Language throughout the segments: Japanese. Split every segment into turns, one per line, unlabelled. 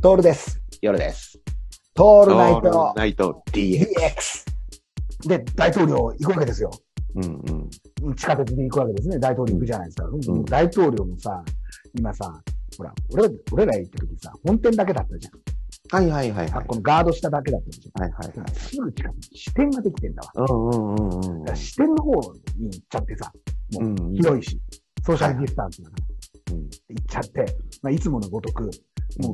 トールです。
夜です。
ト
オ
ールナイト
ナイト DX。
DX。で、大統領行くわけですよ。
うんうん。
地下鉄で行くわけですね。大統領行くじゃないですか。
ん
大統領もさ、今さ、ほら、俺ら俺ら行った時さ、本店だけだったじゃん。
はいはいはいは
あ
い。
このガード下だけだったじ
はいはい
ゃ
は
ん
い。。
すぐ近くに支店ができてんだわ。
うんうんうんうん
だから支店の方に行っちゃってさ、
うん。
広いし、ソーシャルディスタンスだから。
うん
行っちゃって、まあ、いつものごとく、もう、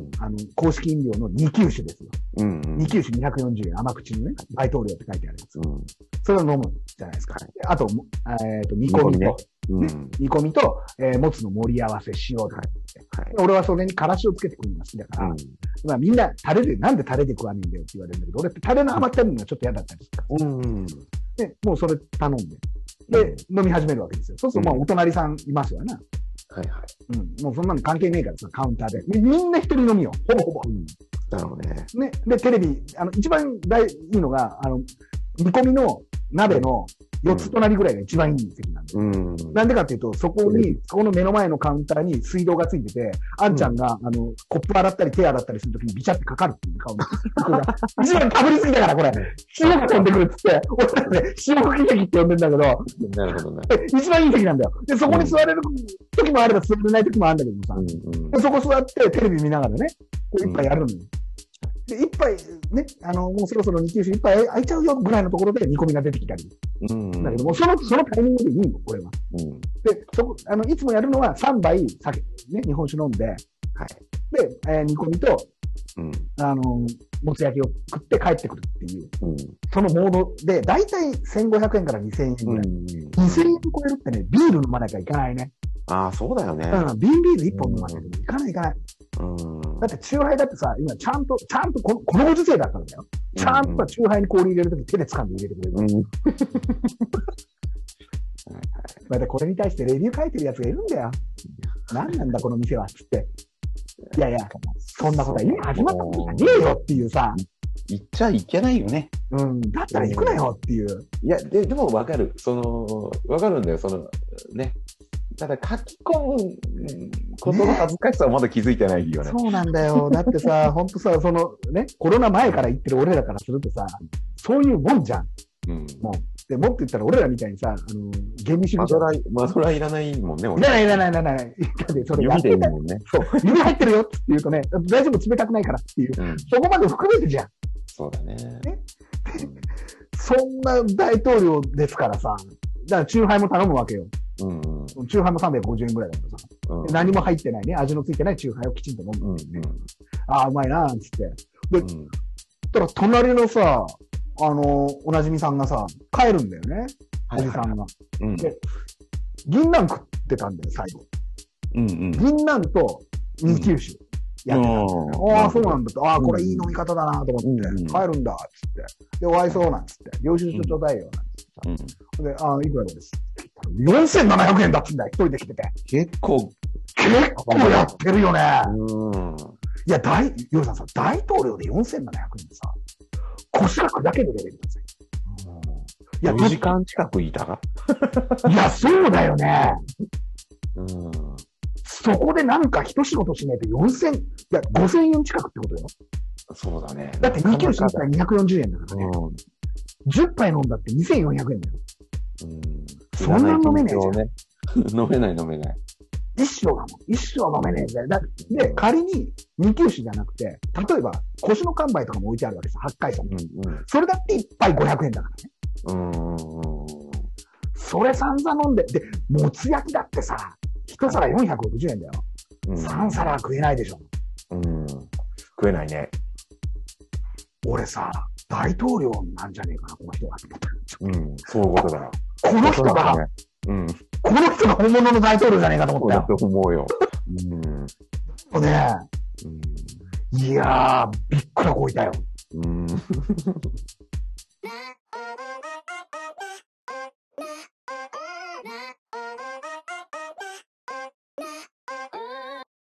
うん
あの、公式飲料の2級酒ですよ。
うんうん。
2級酒240円、甘口のね、大統領って書いてあるやつ。
うん。
それを飲むじゃないですか。
は
あと、もえっ、と、煮込みと、
うん。
煮込みと、えーもつの盛り合わせ、塩と、
はいはい。
俺はそれにからしをつけて食うのが好きだから、まあみんな、タレで、なんでタレで食わねえんだよって言われるんだけど、俺ってタレの余ってるのがちょっと嫌だったりするか
うんうん。
ら、で、もうそれ頼んで、で、飲み始めるわけですよ。そうすると、まあ
うん
お隣さんいますよな。
はいはい。
うん。もうそんなの関係ねえからさ、カウンターで。みみんな一人飲みよ。ほぼほぼ。
うん。だろうね。
ね、で、テレビ、あの、一番大、いいのが、あの、煮込みの鍋の4つ隣ぐらいが一番いい席なんで。
うん。
なんでかっていうと、そこに、そこの目の前のカウンターに水道がついてて、あんちゃんが、あの、コップ洗ったり手洗ったりするときにビチャってかかるっていう顔の。一番かぶりすぎだから、これ。塩が飛んでくるっつって、俺らね、塩吹き席って呼んでんだけど、
なるほどな。
一番いい席なんだよ。で、そこに座れる時もあれば座れない時もあるんだけどもさ
う、んうん。
でそこ座ってテレビ見ながらね、こう一杯やるのよ。で、一杯ね、あの、もうそろそろ二級酒一杯空いちゃうよぐらいのところで煮込みが出てきたり。
うんうん。
だけども、その、そのタイミングでいいの、これは。
うん。
で、そこ、あの、いつもやるのは3杯酒、ね、日本酒飲んで、
はい。
で、えー煮込みと、
うん。
あの、もつ焼きを食って帰ってくるっていう、
うん。
そのモードで、だいたい1500円から2000円ぐらい。2000円超えるってね、ビール飲まなきゃいかないね。
ああ、そうだよね。
うん、瓶ビール1本飲まなきゃいかないいかない。
うん。
だって、チューハイだってさ、今、ちゃんと、ちゃんとこの、このご時世だからだよ。
うん
ちゃんとチューハイに氷入れるとき手で掴んで入れてくれる。
うん。
またこれに対してレビュー書いてるやつがいるんだよ。何なんだ、この店は、つって。いやいや、そんなことは今始まったことじゃねえよっていうさ、
行っちゃいけないよね。
うん、だったら行くなよっていう。
いや、で、でもわかる。その、わかるんだよ。その、ね。ただ書き込むうんことの恥ずかしさはまだ気づいてないよね。
そうなんだよ。 だってさ、ほんとさ、そのね、コロナ前から行ってる俺らからするとさ、そういうもんじゃん。
うん。
で、もっと言ったら俺らみたいにさ、あの、厳密主
マ
義
ドラー、マドラーいらないもんね、
い
俺。
らないいらないいらない。だってそれやっ
指でい
て
い
た
もんね。
そう、指入ってるよって言うとね、大丈夫冷たくないからっていう。
うん。
そこまで含めてじゃん。
そうだね。
そんな大統領ですからさ。だから、チューハイも頼むわけよ。
うん。うんうん。
チューハイも350円ぐらいだからさ。
うん
何も入ってないね、味のついてないチューハイをきちんと飲む。
うん。
ああ、うまいなーっつって。
うん。
たら、隣のさ、あのーおなじみさんがさ、帰るんだよね。おじさんが。
うん。
で銀杏食ってたんだよ、最後。
うんうん。
銀杏と二級酒やってたんだよね。
うん
ああ、そうなんだって。ああ、これいい飲み方だなと思って、
うん
帰るんだ、つって。で、お会いそうなんつって。領収書ちょうだいよ、なんつってさ。
うん
で、あ、いくらです4700円だっつんだよ、一人で来てて。
結構、
結構やってるよね。
うん。
いや、大、ヨウさんさ、大統領で4700円でさ、腰が砕けるレベルだぜ。いや、
4時間近くいたか
いや、そうだよね。
うん。
そこでなんか一仕事しないと4000、いや、5000円近くってことよ。
そうだね。
だって2級審査240円だから
う
ね。
ん。
10杯飲んだって2400円だよ。
うん
そんな飲めねえじゃん
ん。飲めない飲めない。
一生だもん。一生飲めねえぜ。だで、仮に2級酒じゃなくて、例えば腰の乾杯とかも置いてあるわけさ、八回さん。
う
それだって1杯500円だから。
んうん。うん。
それ散々飲んで、で、もつ焼きだってさ、一皿460円だよ。
うん。
三皿は食えないでしょ。
うん。食えないね。
俺さ、大統領なんじゃねえかな、この人は。
うん。そういうことだよ。
この人
そうだ
が、
ね。うん。
この人が本物の大統領じゃねえかと
そ
思
う
った
だ
よ。
と思うよ。うん。
ね
うん
いやー、びっくらこいたよ。
うん。